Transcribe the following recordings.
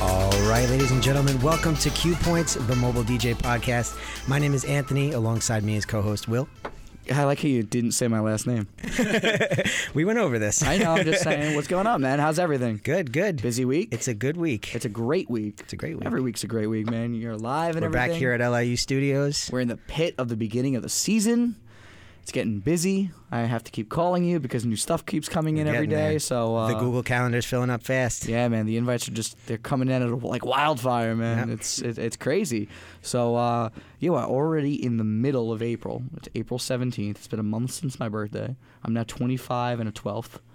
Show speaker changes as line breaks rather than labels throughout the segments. right, ladies and gentlemen, welcome to Q Points, the mobile DJ podcast. My name is Anthony. Alongside me is co-host Will.
I like how you didn't say my last name.
We went over this.
I know. I'm just saying, what's going on, man? How's everything?
Good, good.
Busy week.
It's a good week.
it's a great week. It's
a great week.
Every week's a great week, man. You're alive and
We're
everything.
back here at LIU Studios.
We're in the pit of the beginning of the season. It's getting busy. I have to keep calling you because new stuff keeps coming in
We're
every
getting
day.
there.
So uh,
the Google Calendar's filling up fast.
Yeah, man, the invites are just they're coming in at a, like wildfire, man.
Yeah.
It's it, it's crazy. So uh, you are already in the middle of April. It's April seventeenth. It's been a month since my birthday. I'm now twenty five and a twelfth.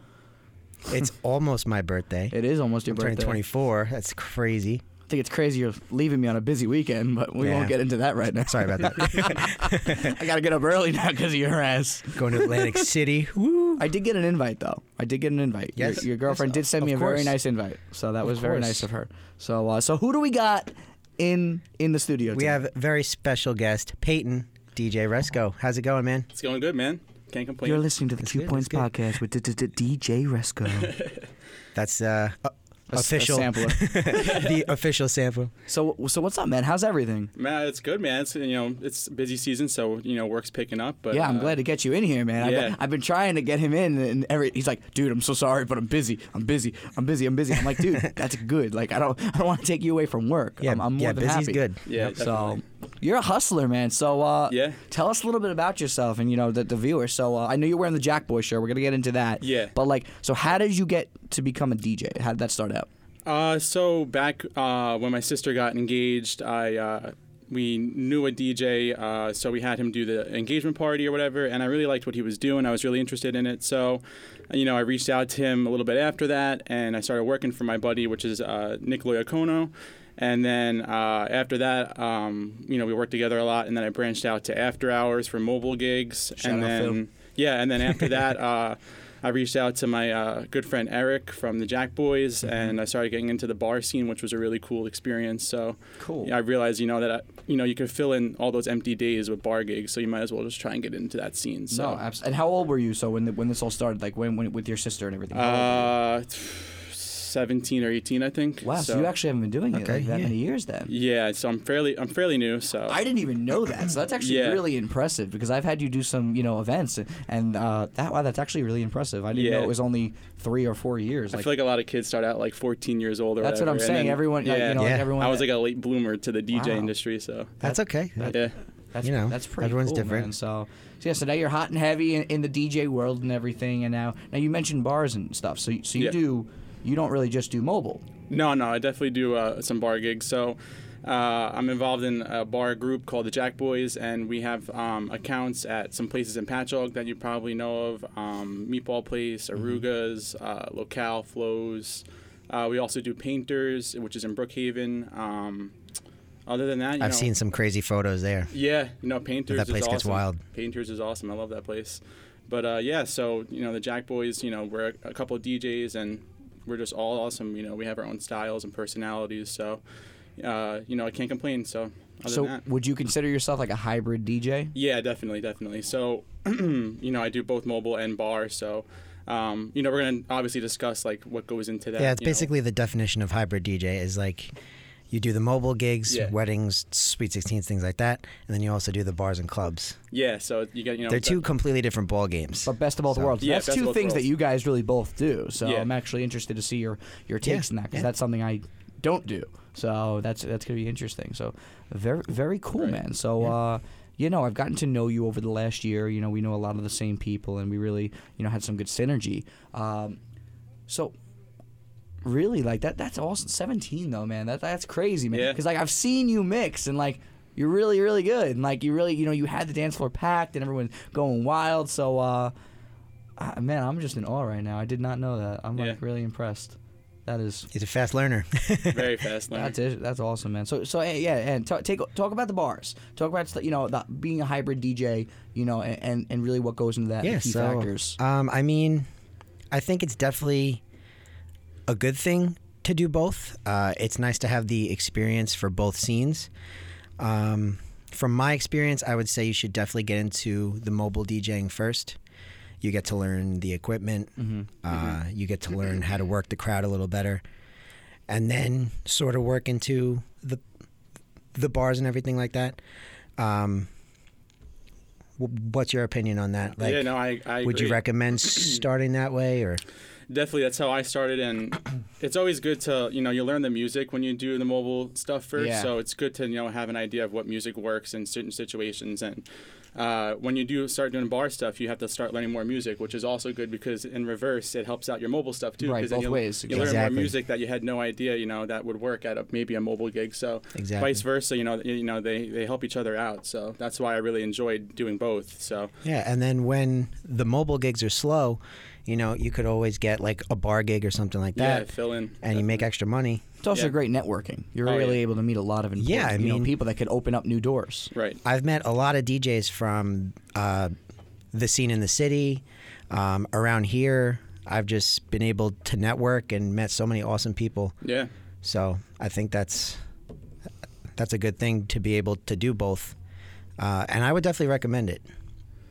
It's almost my birthday.
It is almost your
I'm turning
birthday.
24. That's crazy.
I think it's crazy you're leaving me on a busy weekend, but we
Yeah.
won't get into that right now.
Sorry about that.
I gotta get up early now because of your ass.
Going to Atlantic City. Woo.
I did get an invite though. I did get an invite. Your-
Yes.
your, girlfriend did send me
Of
a very
course.
nice invite, so that was very
course.
nice of her. So uh, so who do we got in in the studio?
We
tonight?
have very special guest, Peyton DJ Resco. How's it going, man?
It's going good, man. Can't complain.
You're listening to the
That's
Q
good,
Points
that's
podcast with d- d- d- DJ Resco.
That's uh, o-
A s- a
official
sampler.
the official sample.
so so what's up, man? How's everything?
man, it's good, man. It's you know, it's busy season, so you know, work's picking up. But
yeah, I'm
uh,
glad to get you in here, man. I've,
yeah.
been, I've been trying to get him in, and every he's like, "Dude, I'm so sorry, but I'm busy. I'm busy. I'm busy. I'm busy." I'm like, "Dude, that's good. Like, I don't, I don't want to take you away from work.
Yeah,
I'm, I'm more
yeah,
than
busy's
happy."
good.
Yeah,
So you're a hustler, man. So uh,
Yeah.
tell us a little bit about yourself and you know the, the viewers. So uh, I know you're wearing the Jack Boy shirt. We're gonna get into that.
Yeah.
But like, so how did you get to become a DJ? How did that start out?
Uh, so back uh, when my sister got engaged, I uh, we knew a DJ, uh, so we had him do the engagement party or whatever, and I really liked what he was doing. I was really interested in it, so you know I reached out to him a little bit after that, and I started working for my buddy, which is uh, Niccolo Iacono. And then uh, after that, um, you know, we worked together a lot, and then I branched out to after hours for mobile gigs,
Shout
and
out,
then.
Phil.
Yeah, and then after that, uh, I reached out to my uh, good friend Eric from the Jack Boys,
Mm-hmm.
and I started getting into the bar scene, which was a really cool experience. So
Cool.
yeah, I realized, you know, that I, you know you could fill in all those empty days with bar gigs, so you might as well just try and get into that scene. So
No, absolutely. And how old were you? So when the, when this all started, like when, when with your sister and everything. how old were you?
uh, seventeen or eighteen, I think.
wow, so, you actually haven't been doing it
Okay,
like that
yeah.
many years then.
Yeah, so I'm fairly I'm fairly new. So
I didn't even know that, so that's actually
Yeah.
really impressive because I've had you do some, you know, events, and uh, that wow, that's actually really impressive. I didn't know
Yeah.
it was only three or four years.
I feel like a lot of kids start out like 14 years old or
That's what
whatever,
I'm
and
saying.
then-
Everyone, like, you know, like
Yeah.
everyone.
I was like a late bloomer to the DJ
Wow.
industry. So
That's okay.
yeah.
that's,
you know,
that's pretty.
everyone's
cool,
different.
man. So, so yeah, so now you're hot and heavy in, in the DJ world and everything, and now now you mentioned bars and stuff. So, you- so you
Yeah.
do, you don't really just do mobile.
No, no, I definitely do uh, some bar gigs. So uh, I'm involved in a bar group called the Jack Boys, and we have um, accounts at some places in Patchogue that you probably know of um, Meatball Place,
Mm-hmm.
Arugas, uh, Locale, Flows. Uh, we also do Painters, which is in Brookhaven. Um, other than that, you
I've
know,
seen some crazy photos there.
yeah, you know, Painters.
That place
is awesome.
gets wild.
Painters is awesome. I love that place. But uh, yeah, so you know, the Jack Boys. You know, we're a, a couple of DJs, and we're just all awesome. You know, we have our own styles and personalities. So, uh, you know, I can't complain. So, other
so,
than that,
would you consider yourself like a hybrid DJ?
yeah, definitely, definitely. So, you know, I do both mobile and bar. So, um, you know, we're gonna obviously discuss like what goes into that.
Yeah, it's
you know.
basically the definition of hybrid DJ is like you do the mobile gigs,
Yeah.
weddings, sweet 16s, things like that, and then you also do the bars and clubs.
Yeah, so you get you know
They're
the-
two completely different ball games.
But best of both
So-
worlds.
Yeah,
that's
best of
two
both
things that
worlds.
you guys really both do. So
Yeah.
I'm actually interested to see your your
Yeah,
takes on that because
yeah.
that's something I don't do. So that's that's gonna be interesting. So very very cool,
Right.
man. So. uh you know, I've gotten to know you over the last year. You know, we know a lot of the same people, and we really, you know, had some good synergy. Um, so, really, like that—that's awesome. Seventeen, though, man. That—that's crazy, man.
Yeah.
Because like I've seen you mix, and like you're really, really good, and like you really, you know, you had the dance floor packed, and everyone going wild. So, uh, I, man, I'm just in awe right now. I did not know that. I'm like
Yeah.
really impressed. That is
He's a fast learner.
very fast. learner.
that's it. That's awesome, man. So so eh, yeah, and ta take talk about the bars. Talk about st- you know the, being a hybrid DJ. You know, and, and and really what goes into that. the
yeah,
key
so
factors.
um, I mean, I think it's definitely a good thing to do both. Uh, it's nice to have the experience for both scenes. Um, from my experience, I would say you should definitely get into the mobile DJing first. You get to
Mm-hmm.
learn the equipment. Uh, You get to learn how to work the crowd a little better. and then sort of work into the the bars and everything like that. Um, w- what's your opinion on that? Like,
yeah, no, I, I
would you
agree.
recommend starting that way or?
definitely that's how I started and it's always good to you know you learn the music when you do the mobile stuff first
Yeah.
so it's good to you know have an idea of what music works in certain situations and uh, when you do start doing bar stuff you have to start learning more music which is also good because in reverse it helps out your mobile stuff too
Right,
'cause then
both
you,
ways,
you learn more
exactly.
music that you had no idea you know that would work at a, maybe a mobile gig so
Exactly.
vice versa you know you know they, they help each other out so that's why I really enjoyed doing both so
Yeah, and then when the mobile gigs are slow, you know, you could always get like a bar gig or something like
yeah
that,
fill in
and you make extra money.
It's also
Yeah.
great networking. You're
Oh, yeah.
really able to meet a lot of important,
Yeah, I
you know,
mean-
people that could open up new doors.
right
I've met a lot of DJs from uh, the scene in the city, um, around here. I've just been able to network and met so many awesome people.
yeah
So I think that's that's a good thing to be able to do both, uh, and I would definitely recommend it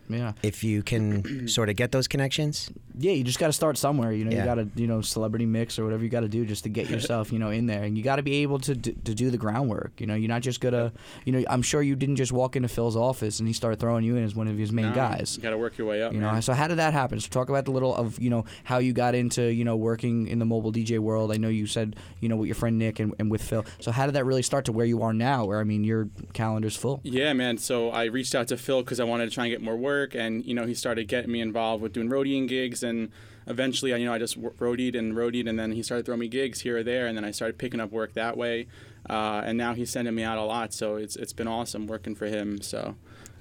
Yeah,
if you can sort of get those connections.
yeah. You just got to start somewhere. You know, you
Yeah.
got to you know celebrity mix or whatever you got to do just to get yourself you know in there, and you got to be able to d- to do the groundwork. You know, you're not just gonna. You know, I'm sure you didn't just walk into Phil's office and he started throwing you in as one of his main
No,
guys.
you gotta work your way up
You know,
man.
so how did that happen? So talk about the little of you know how you got into you know working in the mobile DJ world. I know you said you know with your friend Nick and, and with Phil. So how did that really start to where you are now? Where I mean, your calendar's full.
Yeah, man. So I reached out to Phil because I wanted to try and get more work, and you know he started getting me involved with doing roadieing gigs, and eventually, you know, I just wo- roadied and roadied, and then he started throwing me gigs here or there, and then I started picking up work that way, uh, and now he's sending me out a lot, so it's it's been awesome working for him. So.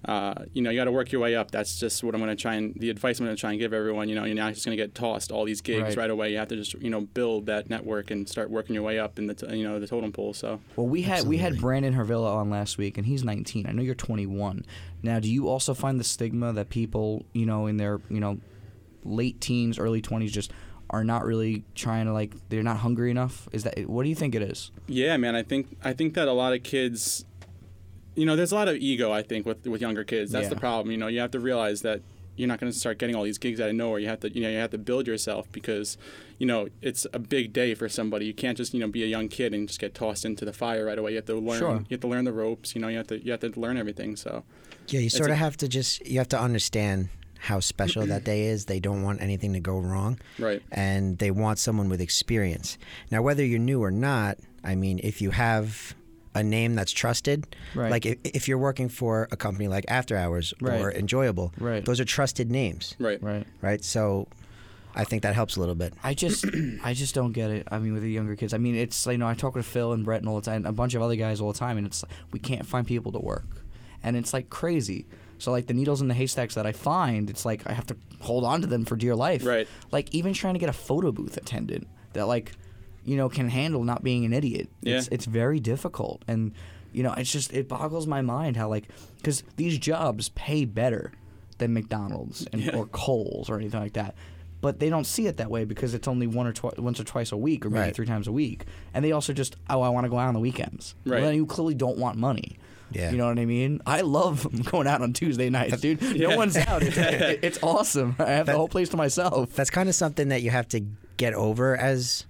Uh, you know, you got to work your way up. That's just what I'm going to try and the advice I'm going to try and give everyone. You know, you're not just going to get tossed all these gigs
Right.
right. away. You have to just, you know, build that network and start working your way up in the, t- you know, the totem pole. So,
Well, we had we had
Absolutely.
Brandon Hervilla on last week, and he's 19. I know you're 21. Now, do you also find the stigma that people, you know, in their you know late teens, early 20s, just are not really trying to like they're not hungry enough? Is that what do you think it is?
Yeah, man. I think I think that a lot of kids, you know, there's a lot of ego. I think with with younger kids, that's the
Yeah.
problem. You know, you have to realize that you're not going to start getting all these gigs out of nowhere. You have to you know you have to build yourself because, you know, it's a big day for somebody. You can't just you know be a young kid and just get tossed into the fire right away. You have to learn.
Sure.
You have to learn the ropes. You know, you have to you have to learn everything. So
Yeah, you
It's
sort
a-
of have to just you have to understand how special that day is. They don't want anything to go wrong,
right.
and they want someone with experience. Now, whether you're new or not, I mean, if you have a name that's trusted,
Right.
like if, if you're working for a company like After Hours or
Right.
Enjoyable,
Right.
those are trusted names,
Right.
Right.
right? So, I think that helps a little bit.
I just, I just don't get it. I mean, with the younger kids, I mean, it's you know, I talk with Phil and Brett and all the time, a bunch of other guys all the time, and it's like, we can't find people to work, and it's like crazy. So like the needles in the haystacks that I find, it's like I have to hold on to them for dear life.
Right.
Like even trying to get a photo booth attendant that like, you know, can handle not being an idiot. It's,
Yeah.
it's very difficult, and you know, it's just it boggles my mind how like because these jobs pay better than McDonald's and or Kohl's or anything like that. But they don't see it that way because it's only one or twi- once or twice a week, or maybe
Right.
three times a week, and they also just oh I want to go out on the weekends. Well,
Right.
then you clearly don't want money.
Yeah.
You know what I mean? I love going out on Tuesday nights, dude. No
Yeah.
one's out. It's, it's awesome. I have the
That-
whole place to myself.
that's kind of something that you have to get over as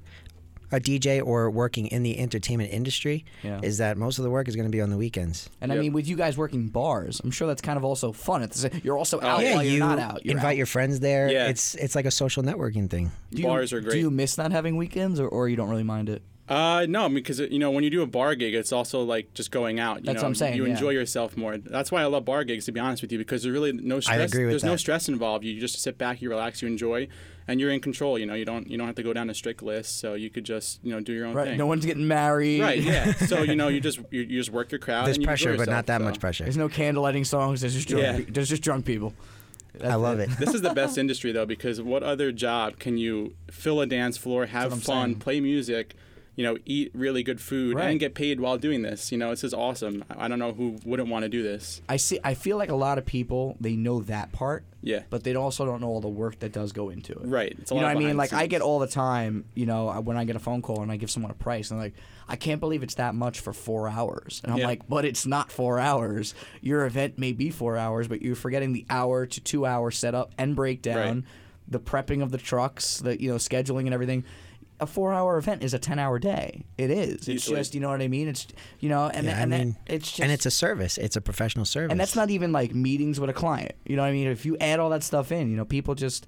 a DJ or working in the entertainment industry
Yeah.
is that most of the work is going to be on the weekends.
And I
Yep.
mean, with you guys working bars, I'm sure that's kind of also fun. It's, you're also out
yeah,
while you're not out. You're
invite
out.
your friends there.
Yeah.
It's it's like a social networking thing.
Do you-
Bars are great.
Do you miss not having weekends, or, or you don't really mind it?
Uh, no, because you know when you do a bar gig, it's also like just going out. You
That's
know?
what I'm saying,
You
yeah.
enjoy yourself more. That's why I love bar gigs, to be honest with you, because there's really no stress.
agree with
there's no
that.
stress involved. You just sit back, you relax, you enjoy, and you're in control. You know, you don't you don't have to go down a strict list, so you could just you know do your own
Right.
thing.
No one's getting married.
right. Yeah. so you know you just you, you just work your crowd.
There's
and you enjoy
pressure, but not
yourself,
that
so.
much pressure.
There's no candlelighting songs. There's just drunk.
Yeah.
pe- There's just drunk people.
I love it.
this is the best industry though because what other job can you fill a dance floor have
I'm
fun
saying.
play music you know eat really good food
Right.
and get paid while doing this you know this is awesome i I don't know who wouldn't want to do this
I see. I feel like a lot of people they know that part.
Yeah.
But they also don't know all the work that does go into it.
Right. It's a
you know
lot
what I mean?
behind the
Like I
scenes.
get all the time. You know, I- when I get a phone call and I give someone a price, and they're like, I can't believe it's that much for four hours. And I'm
Yeah.
like, but it's not four hours. Your event may be four hours, but you're forgetting the hour to two hour setup and breakdown,
Right.
the prepping of the trucks, the you know scheduling and everything. a four-hour event is a ten-hour day. It is. It's
Easily.
just you know what I mean. It's you know, and
Yeah,
and
I
that-
mean,
it's just
and it's a service. It's a professional service.
and that's not even like meetings with a client. You know what I mean? If you add all that stuff in, you know, people just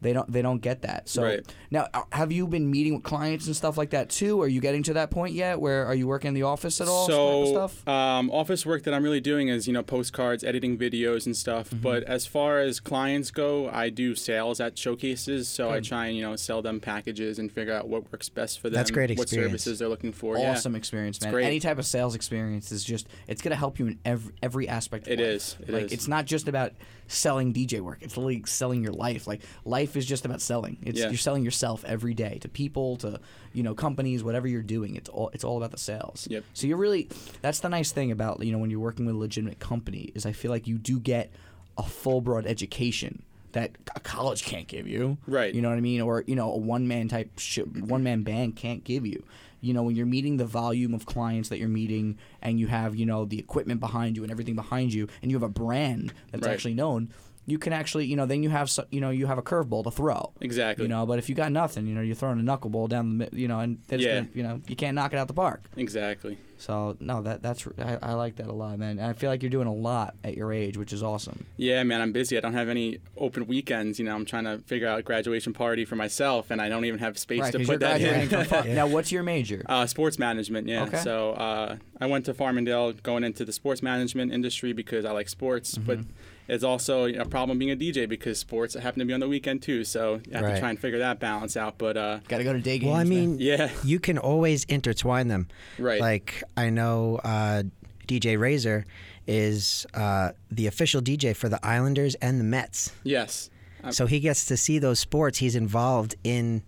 they don't they don't get that. So
Right.
now, uh, have you been meeting with clients and stuff like that too? Are you getting to that point yet? Where are you working in the office at all?
so
type of stuff.
Um, office work that i'm really doing is you know postcards editing videos and stuff
Mm-hmm.
but as far as clients go i do sales at showcases so i try and you know sell them packages and figure out what works best for them
That's great
what
experience.
services they're looking for Yeah.
Awesome experience, man.
great.
Any type of sales experience is just it's gonna help you in every every aspect. Of
It
life.
is. It
like
is.
it's not just about selling DJ work. It's like selling your life. Like life is just about selling. It's
Yeah.
you're selling yourself every day to people, to you know companies, whatever you're doing. It's all it's all about the sales.
Yep.
So you're really that's the nice thing about you know when you're working with a legitimate company is I feel like you do get a full broad education that a college can't give you.
Right.
You know what I mean? Or you know, a one man type sh- one man band can't give you. You know, when you're meeting the volume of clients that you're meeting, and you have you know the equipment behind you and everything behind you, and you have a brand that's
Right.
actually known. You can actually, you know, then you have, so- you know, you have a curveball to throw.
Exactly.
You know, but if you got nothing, you know, you're throwing a knuckleball down the, mid- you know, and that's
Yeah.
gonna, you know, you can't knock it out the park.
exactly
So no, that that's I, I like that a lot, man. And I feel like you're doing a lot at your age, which is awesome.
yeah man i'm busy i don't have any open weekends you know i'm trying to figure out a graduation party for myself and i don't even have space
Right,
to
'cause
put
you're
that
graduating
in
from fu- Now, what's your major?
Uh, sports management, yeah.
Okay.
So uh, I went to Farmingdale, going into the sports management industry because I like sports, but
Mm-hmm.
it's also a problem being a DJ because sports happen to be on the weekend too. So you have
Right.
to try and figure that balance out. But uh,
Got to go to day games.
well, I
man.
mean,
yeah,
you can always intertwine them.
Right.
Like I know uh, DJ Razor is uh, the official DJ for the Islanders and the Mets,
yes, I'm-
so he gets to see those sports. He's involved in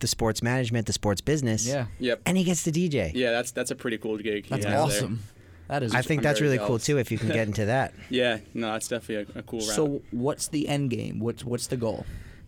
the sports management, the sports business.
Yeah.
yep,
And he gets to DJ.
yeah. That's that's a pretty cool gig.
That's
he has there.
awesome. That is.
I think
I'm
that's
very
really cool
jealous.
too. If you can get into that,
Yeah, no, that's definitely a, a cool. route.
so. What's the end game? What's what's the goal?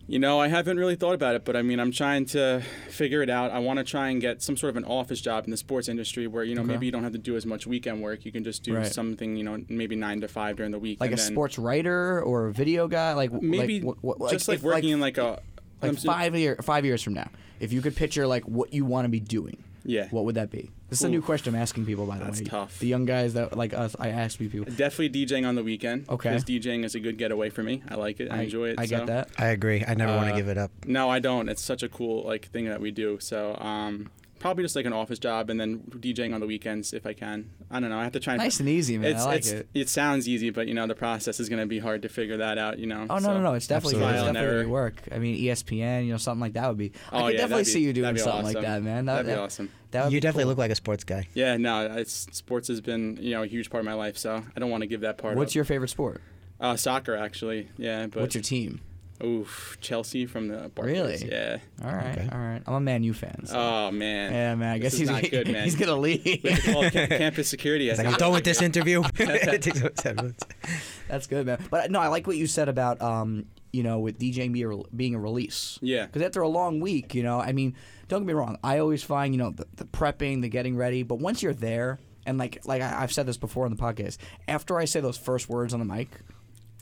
You know, I haven't really thought about it, but I mean, I'm trying to figure it out. I want to try and get some sort of an office job in the sports industry where, you know, maybe you don't have to do as much weekend work. You can just do
Right.
something, you know, maybe nine to five during the week.
Like
and
a
then
sports writer or a video guy? Like w-
Maybe
like, what, what,
just like,
if,
working in
like
like a.
like
I'm s-
five year five years from now, if you could picture like what you want to be doing.
Yeah.
What would that be? This is a new question I'm asking people. By the
That's
way,
tough.
The young guys that like us, I ask people.
Definitely DJing on the weekend.
Okay.
Because DJing is a good getaway for me. I like it. I, enjoy it.
I
so-
get that.
I agree. I never
Uh,
want to give it up.
No, I don't. It's such a cool like thing that we do. So um, probably just like an office job and then DJing on the weekends if I can. I don't know. I have to try and
Nice and easy, man.
It's,
I like
it's-
it.
sounds easy, but you know the process is going to be hard to figure that out. You know.
Oh no,
So-
no, no! It's definitely
Absolutely.
it's
Trial
and
definitely
error.
work. I mean, E ESPN, you know, something like that would be. I
Oh,
could
yeah,
definitely
that'd be-
see you doing
that'd be
something like
awesome.
that, man. That,
That'd be
that-
awesome.
That would
You
be
definitely
cool.
look like a sports guy.
Yeah, no, it's sports has been you know a huge part of my life, so I don't want to give that part.
What's
up.
your favorite sport?
uh, soccer actually? Yeah, but
What's your team?
Oof, Chelsea from the Barclays.
Really?
Yeah.
All right,
Okay.
all right. I'm a Man U fan. so-
Oh man.
yeah, man. I guess
This is
he's
not good, man.
he's gonna
We
leave.
have to call ca- campus security. I
It's like
think.
I'm done with this interview. It takes about 10 minutes.
That's good, man. But no, I like what you said about um, you know, with DJing being a, rel- being a release.
Yeah.
Because after a long week, you know, I mean, don't get me wrong. I always find you know the, the prepping, the getting ready, but once you're there, and like like I, I've said this before on the podcast, after I say those first words on the mic,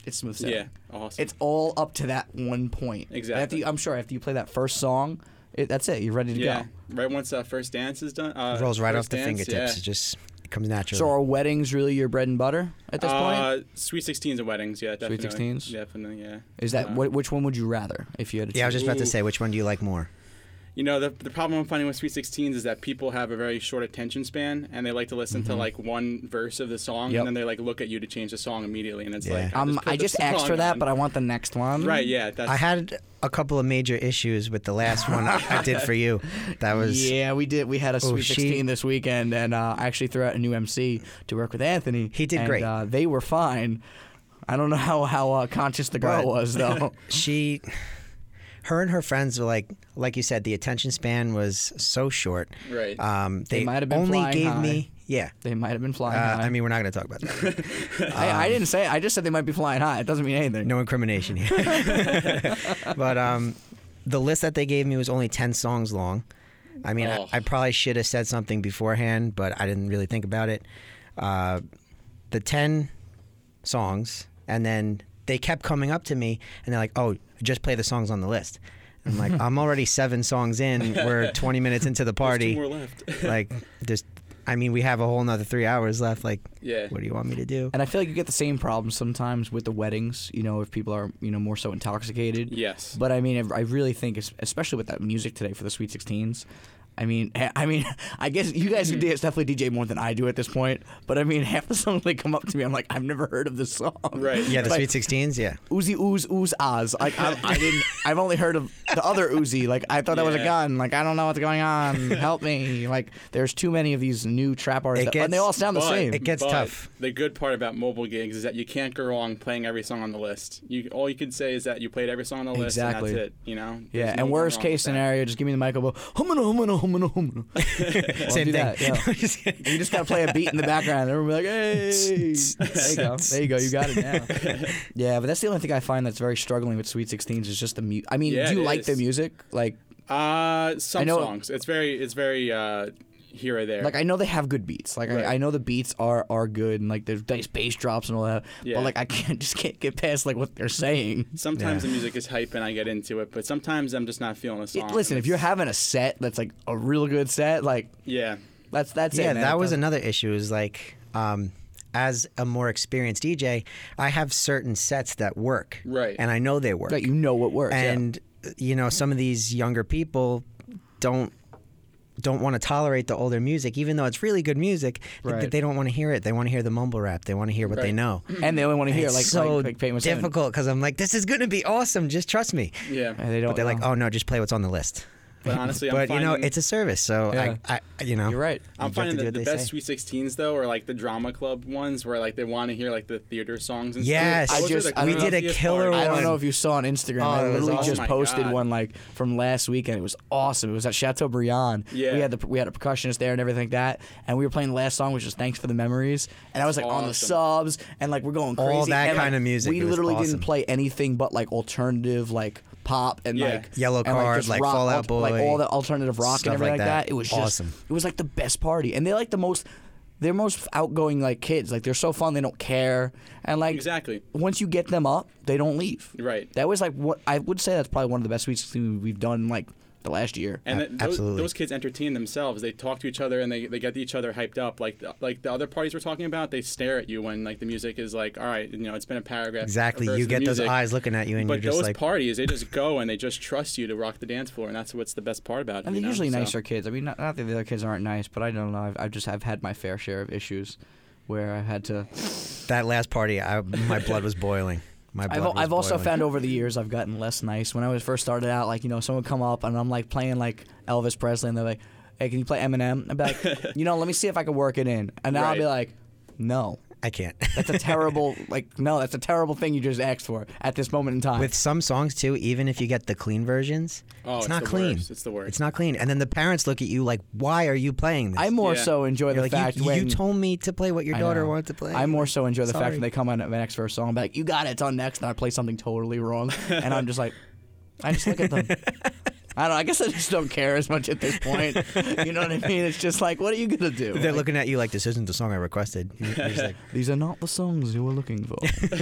it's smooth sailing.
Yeah, awesome.
It's all up to that one point.
Exactly.
After you, I'm sure after you play that first song, it, that's it. You're ready to
yeah.
go.
Right once that first dance is done, uh,
It rolls right
first
off the
dance,
fingertips.
yeah.
It just it comes naturally.
So are weddings really your bread and butter at this point?
Uh, Sweet 16s and weddings, yeah, definitely.
16s?
Definitely, yeah. Uh,
Is that wh- which one would you rather if you had? To
yeah, I was
choose?
just about to
Ooh.
say, which one do you like more?
You know, the, the problem I'm finding with Sweet 16s is that people have a very short attention span and they like to listen to like one verse of the song
Mm-hmm. Yep.
and then they like look at you to change the song immediately. And it's
Yeah.
like,
Um,
put
I
the
just asked
song
for that,
on.
but I want the next one.
Right, yeah. That's,
I had a couple of major issues with the last one I I did for you. That was
Yeah, we did. We had a Sweet
Oh, she-
16 this weekend, and uh, I actually threw out a new MC to work with Anthony.
He did
and,
great.
Uh, they were fine. I don't know how how uh, conscious the girl
But-
was though.
she her and her friends were like like you said the attention span was so short.
Right.
Um they,
might have been
only
flying
gave
high.
me yeah.
they might have been
Uh,
flying high.
I mean we're not going to talk about that.
I, I didn't say. I just said they might be flying high. It doesn't mean anything.
No incrimination here. but um the list that they gave me was only 10 songs long. I mean
Oh.
I, I probably should have said something beforehand, but I didn't really think about it. Uh the 10 songs and then they kept coming up to me and they're like, "Oh, just play the songs on the list." And I'm like, I'm already seven songs in. We're 20 minutes into the
There's
party.
two more left.
like, just, I mean, we have a whole nother three hours left. Like,
yeah.
what do you want me to do?
And I feel like you get the same problem sometimes with the weddings, you know, if people are, you know, more so intoxicated.
Yes.
But I mean, I I really think, es- especially with that music today for the Sweet 16s, I mean, I I mean, I guess you guys who did definitely DJ more than I do at this point. But I mean, half the songs they come up to me, I'm like, I've never heard of this song.
Right.
Yeah, the
Like,
Sweet 16s. Yeah.
Uzi ooze ooze ahs. Like I, I didn't. I've only heard of the other Uzi. Like I thought that was a
Yeah.
gun. Like I don't know what's going on. Help me. Like there's too many of these new trap artists,
It
that-
gets-
and they all sound the
But-
same.
It gets
but
tough.
The good part about mobile gigs is that you can't go wrong playing every song on the list. You all you can say is that you played every song on the list,
Exactly.
and that's it. You know.
yeah.
There's no
and
going
worst
wrong with
case
that.
scenario, just give me the microphone. Humana humana humana humana. Well,
Same thing.
do that, yeah.
Just kidding.
You just gotta play a beat in the background, and everyone be like, "Hey, there you go, there you go, you got it now." yeah, but that's the only thing I find that's very struggling with Sweet Sixteens is just the mu I mean,
Yeah,
do you
it
like the
is.
music? Like,
Uh, some
I know-
songs. It's very, it's very uh, here or there.
like I know they have good beats. Like,
Right.
I, I know the beats are are good, and like there's nice bass drops and all that.
Yeah.
But like, I can't just can't get past like what they're saying.
sometimes the music is hype and I get into it, but sometimes I'm just not feeling a
It-
song.
listen, if you're having a set that's like a real good set, like
yeah,
that's that's it.
yeah,
man. It
that was
doesn't-
another issue. Is like, um, as a more experienced DJ, I have certain sets that work,
Right.
And I know they work,
like you know what works. yeah.
and you know some of these younger people don't don't want to tolerate the older music, even though it's really good music. Like,
Right.
They don't want to hear it. They want to hear the mumble rap. They want to hear what they
Right.
know.
and they only want to hear
it's
like
so
like, like famous Seven.
difficult because I'm like, this is going to be awesome. Just trust me.
yeah.
And they don't.
But they're like,
know.
oh no, just play what's on the list.
But honestly, I'm
But you
finding,
know, it's a service, so
Yeah.
I, I, you know,
You're right.
You
I'm
have to
finding
do
that
what
the
they
best
say.
Sweet Sixteens though are like the drama club ones where like they want to hear like the theater songs. And
Yes.
stuff.
I
Those are
just-
the
I don't know-
we did a
crappiest
killer
parties.
I don't
one.
know if you saw on Instagram.
Oh,
I
it was
literally
awesome.
just
Oh my
posted
God.
one like from last weekend. It was awesome. It was at Chateaubriand.
Yeah.
We had the we had a percussionist there and everything like that. And we were playing the last song, which was "Thanks for the Memories." And I was like on the subs and like we're going crazy.
All that
And, like,
kind of music.
We
It was
literally
awesome.
didn't play anything but like alternative like pop and
Yeah.
like
Yellow
and,
Card,
just
like
rock,
Fall Out
alt- like
Boy,
all the alternative rock
stuff
and
like
everything like that.
that.
It was just
Awesome.
it was like the best party, and they like the most. They're most outgoing like kids. Like they're so fun. They don't care. And like
Exactly.
once you get them up, they don't leave.
Right.
That was like what I would say. That's probably one of the best sweet sixteen we've done like the last year.
And
A-
th- those,
absolutely.
those kids entertain themselves. They talk to each other and they, they get each other hyped up. Like the, like the other parties we're talking about, they stare at you when like the music is like, all right, you know, it's been a paragraph.
Exactly.
verse
You
of the
get those
music.
eyes looking at you, and
But
you're just
those
like,
parties, they just go and they just trust you to rock the dance floor, and that's what's the best part about it.
and
you
they're
know?
usually
So-
nicer kids. I mean, not, not that the other kids aren't nice, but I don't know. I've, I've just I've had my fair share of issues where I've had to.
that last party, I, my blood was boiling. My blood
I've,
was
I've also
boiling.
found over the years I've gotten less nice. When I was first started out, like you know, someone would come up and I'm like playing like Elvis Presley, and they're like, "Hey, can you play Eminem?" I'd be like, "You know, let me see if I can work it in," and now I'll be
Right.
like, "No."
I can't.
That's a terrible, like, no, that's a terrible thing you just asked for at this moment in time.
With some songs too, even if you get the clean versions,
Oh,
it's,
it's
not
the
clean.
worst. It's the worst.
It's not clean. And then the parents look at you like, "Why are you playing this?"
I more
Yeah.
so enjoy
You're
the
like,
fact
you,
when
you told me to play what your
I
daughter
know.
wanted to play.
I more so enjoy the fact
Sorry.
when they come on at my next first song, be like, "You got it, it's on next," and I play something totally wrong, and I'm just like, I just look at them. I don't. I guess I just don't care as much at this point. You know what I mean? It's just like, what are you gonna do?
They're
Like,
looking at you like this isn't the song I requested. You're just like,
These are not the songs you were looking for. what,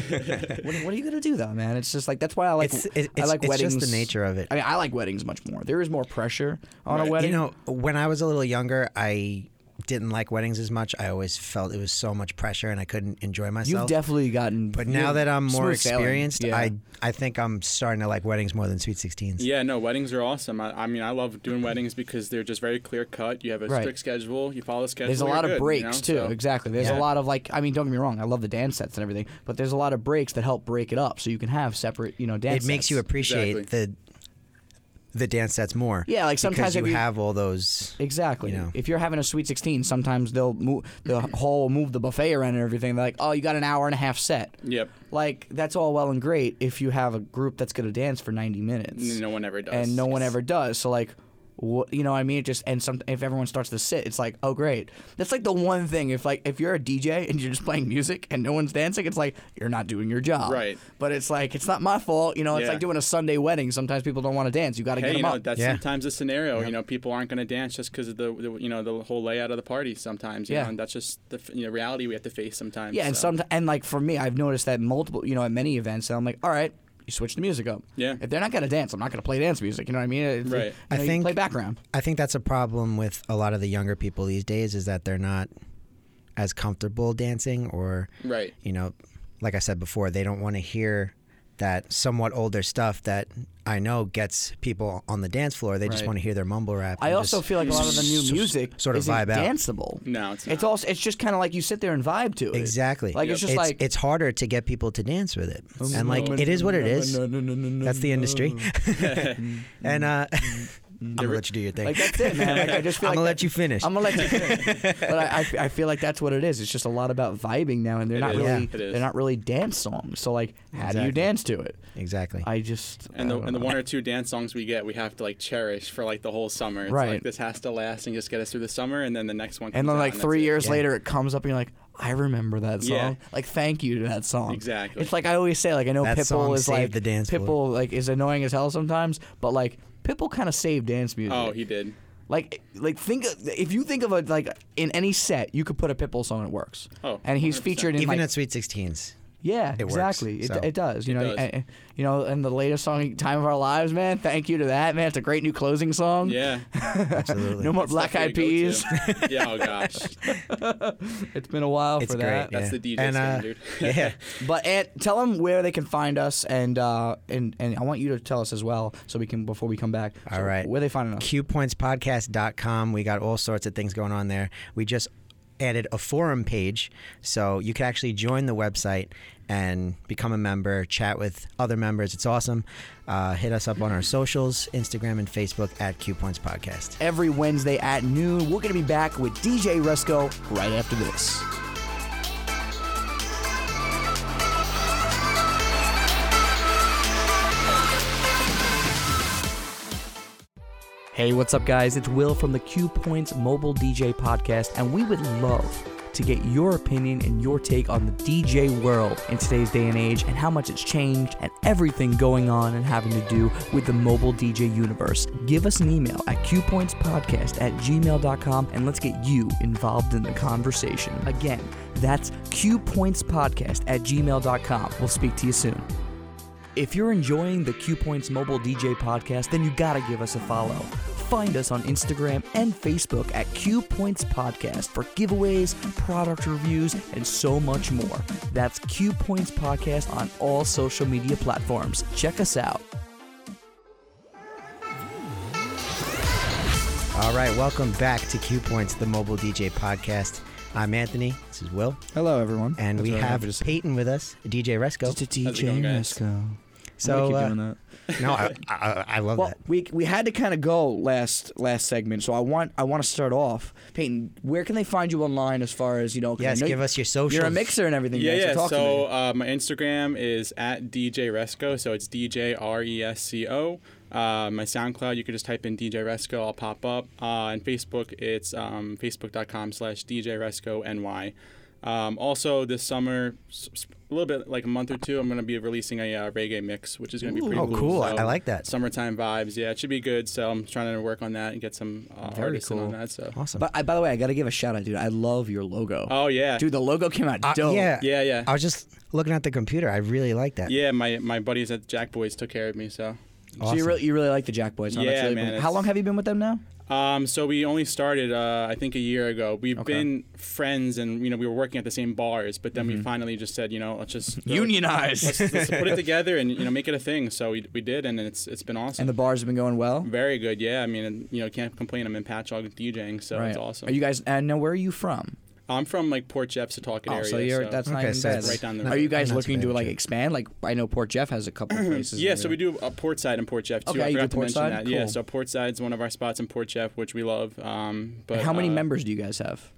what are you gonna do, though, man? It's just like that's why I like.
It's- it-
I
it's-
like
it's
weddings.
just the nature of it.
I mean, I like weddings much more. There is more pressure on
Right.
a wedding.
you know, when I was a little younger, I didn't like weddings as much. I always felt it was so much pressure, and I couldn't enjoy myself.
You've definitely gotten.
But now that I'm more
smooth sailing.
experienced,
Yeah.
I I think I'm starting to like weddings more than Sweet Sixteens.
Yeah, no, weddings are awesome. I, I mean, I love doing weddings because they're just very clear cut. You have a
Right.
strict schedule. You follow the schedule.
There's a
you're
lot
good,
of
you
breaks
know?
too.
So-
Exactly. There's
Yeah.
a lot of like. I mean, don't get me wrong. I love the dance sets and everything, but there's a lot of breaks that help break it up, so you can have separate, you know, dance.
it makes you
sets.
appreciate
Exactly.
the the dance sets more.
Yeah, like,
because
sometimes
you
if you-
have all those.
Exactly.
you know.
If you're having a sweet 16, sometimes they'll move the whole move the buffet around and everything. They're like, oh, you got an hour and a half set.
Yep.
Like that's all well and great if you have a group that's gonna dance for 90 minutes.
No one ever does.
and no one ever does. So like, what you know what I mean? It just and some if everyone starts to sit, it's like, oh great. That's like the one thing. If like if you're a DJ and you're just playing music and no one's dancing, it's like you're not doing your job.
Right.
But it's like it's not my fault. You know, it's
Yeah.
like doing a Sunday wedding. Sometimes people don't want to dance. You got to
Hey,
get
you
them
know
up.
that's
Yeah.
sometimes the scenario. You know, people aren't going to dance just because of the, the you know the whole layout of the party. Sometimes, you
Yeah.
know, and that's just the f- you know, reality we have to face sometimes.
yeah, and
so.
some and like for me, I've noticed that multiple. You know, at many events, and I'm like, all right. you switch the music up.
Yeah.
If they're not gonna dance, I'm not gonna play dance music. You know what I mean? It's-
Right.
you
I
know, you
think-
play background.
I think that's a problem with a lot of the younger people these days is that they're not as comfortable dancing or
Right.
you know, like I said before, they don't want to hear that somewhat older stuff that I know gets people on the dance floor. They just
Right.
want to hear their mumble rap.
I
and
also
just-
feel like a lot of the new music
sort of
isn't
vibe out.
danceable.
No, it's
It's
not.
also it's just kind of like you sit there and vibe to it.
exactly
Like it's
Yep.
just
it's,
like
it's harder to get people to dance with it, and like
no,
it is what it
no,
is.
no, no, no, no, no,
That's the
no.
industry, and
Mm.
uh, I'm gonna let you do your thing.
Like that's it, man. Like, I just feel
I'm
like
gonna
that-
let you finish.
I'm gonna let you. Finish. but I, I, f- I feel like that's what it is. It's just a lot about vibing now, and they're
It
not
is.
really
Yeah. It is.
they're not really dance songs. So like, how do
Exactly.
you dance to it?
exactly.
I just
and
I
the
don't
and the
know.
one or two dance songs we get, we have to like cherish for like the whole summer. It's
Right.
Like this has to last and just get us through the summer, and then the next one.
and
comes
then
out
like three
that's it.
years
Yeah.
later, it comes up, and you're like, I remember that song.
Yeah.
Like, thank you to that song.
Exactly.
It's like I always say, like I know
That song
Pitbull is
saved
like
the dance floor.
Pitbull like is annoying as hell sometimes, but like Pitbull kind of saved dance music.
Oh, he did.
Like, like think of, if you think of a like in any set, you could put a Pitbull song and it works.
Oh,
and he's
100%.
featured in
Even
like
at Sweet Sixteens.
yeah,
it works,
exactly. It,
so.
it does. You know,
does.
And, you know, and the latest song, "Time of Our Lives," man. Thank you to that, man. It's a great new closing song.
Yeah.
Absolutely.
No more
It's
Black Eyed
definitely a
Peas.
go-to. yeah. Oh gosh.
it's been a while
It's
for that.
great,
That's
Yeah.
the DJ
And, uh,
standard.
yeah.
But and tell them where they can find us, and uh, and and I want you to tell us as well, so we can before we come back. so
All right.
where they finding us?
QPointsPodcast.com. We got all sorts of things going on there. We just added a forum page, so you can actually join the website and become a member, chat with other members. It's awesome. Uh, hit us up on our socials, Instagram and Facebook at QPoints Podcast.
Every Wednesday at noon, we're gonna be back with DJ Resco right after this. Hey, what's up, guys? It's Will from the Q Points Mobile DJ Podcast, and we would love to get your opinion and your take on the DJ world in today's day and age and how much it's changed and everything going on and having to do with the mobile DJ universe. Give us an email at qpointspodcast at gmail.com and let's get you involved in the conversation. Again, that's qpointspodcast at gmail.com. We'll speak to you soon. If you're enjoying the Q Points Mobile DJ podcast, then you gotta give us a follow. Find us on Instagram and Facebook at Q Points Podcast for giveaways, product reviews, and so much more. That's Q Points Podcast on all social media platforms. Check us out.
All right, welcome back to Q Points, the mobile DJ podcast. I'm Anthony. This is Will,
Hello, everyone.
and we have Peyton with us, DJ Resco.
How's it going, guys?
So uh,
that.
no, I, I, I love
Well,
that.
we, we had to kind of go last last segment, so I want I want to start off. Peyton, where can they find you online as far as you know? 'cause I
Yes,
know
give
you-
us your socials.
You're a mixer and everything.
Yeah,
man,
yeah.
So, talk to me.
So uh, my Instagram is at DJ Resco, so it's DJ R E S C O. Uh, my SoundCloud, you can just type in DJ Resco, I'll pop up. Uh, and Facebook, it's um, facebook.com slash DJ Resco NY. Um, also, this summer, s- s- a little bit like a month or two, I'm going to be releasing a uh, reggae mix, which is going to be pretty
Oh, cool. I-
So
I like that.
Summertime vibes. Yeah, it should be good. So I'm trying to work on that and get some uh,
Very
artists in
cool.
on that. So.
Awesome.
But I, by the way, I gotta give a shout out, dude. I love your logo.
Oh, yeah.
Dude, the logo came out
Uh,
dope.
yeah,
Yeah, yeah.
I was just looking at the computer. I really like that.
Yeah, my, my buddies at Jack Boys took care of me, so.
So you really, you really like the Jack Boys? huh?
Yeah,
That's really
man,
cool.
it's-
How long have you been with them now?
Um, so we only started, uh, I think, a year ago. We've
Okay.
been friends, and you know, we were working at the same bars, but
Mm-hmm.
then we finally just said, you know, let's just throw-
Unionize.
Let's, let's put it together and you know make it a thing. So we, we did, and it's it's been awesome.
and the bars have been going well.
Very good, yeah. I mean, and, you know, can't complain. I'm in Patchogue DJing, so
right.
it's awesome.
Are you guys? And now, where are you from?
I'm from like Port Jeff, Setauket
Oh,
area. Mm.
so you're that's not
Okay,
even
so
bad.
it's
Right down the
Are
road.
you guys
Not too
looking
bad,
to like
yeah.
expand? Like I know Port Jeff has a couple places.
yeah, so we do uh, Portside and Port Jeff too.
Okay,
I
you do
forgot to mention
Portside?
that. Yeah,
Cool.
so Portside's one of our spots in Port Jeff, which we love. Um, but
And How many
uh,
members do you guys have?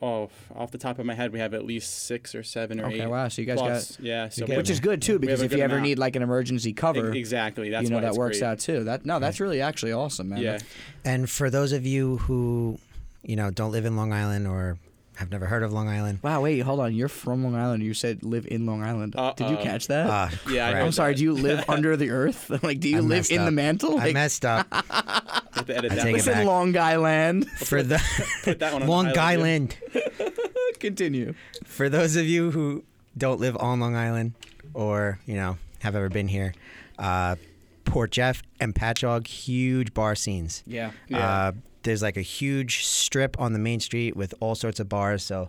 Oh, off the top of my head, we have at least six or seven or
Okay,
eight.
wow, so you guys
plus,
got-
yeah, so
good.
we
Which
have-
is good too, because
a
if
good
you ever
amount.
need like an emergency
E-
cover,
Exactly. That's
you know
why
that
it's
works
great.
out too. That no, that's really actually awesome, man.
Yeah.
And for those of you who, you know, don't live in Long Island or have never heard of Long Island,
Wow, wait, hold on. You're from Long Island. You said live in Long Island. Did you
Uh-oh.
catch that?
ah,
Yeah, I
crap.
know
I'm
that.
sorry. Do you live under the earth? like, do you
I
live
messed
in the
up.
mantle?
I
Like,
messed up.
Have to edit
I
that
take it
one.
listen,
back.
Long Island.
for the
Put that one on
Long
the island.
Island.
Continue.
For those of you who don't live on Long Island or, you know, have ever been here. Uh, Port Jeff and Patchogue, huge bar scenes.
Yeah.
Uh, there's like a huge strip on the main street with all sorts of bars, so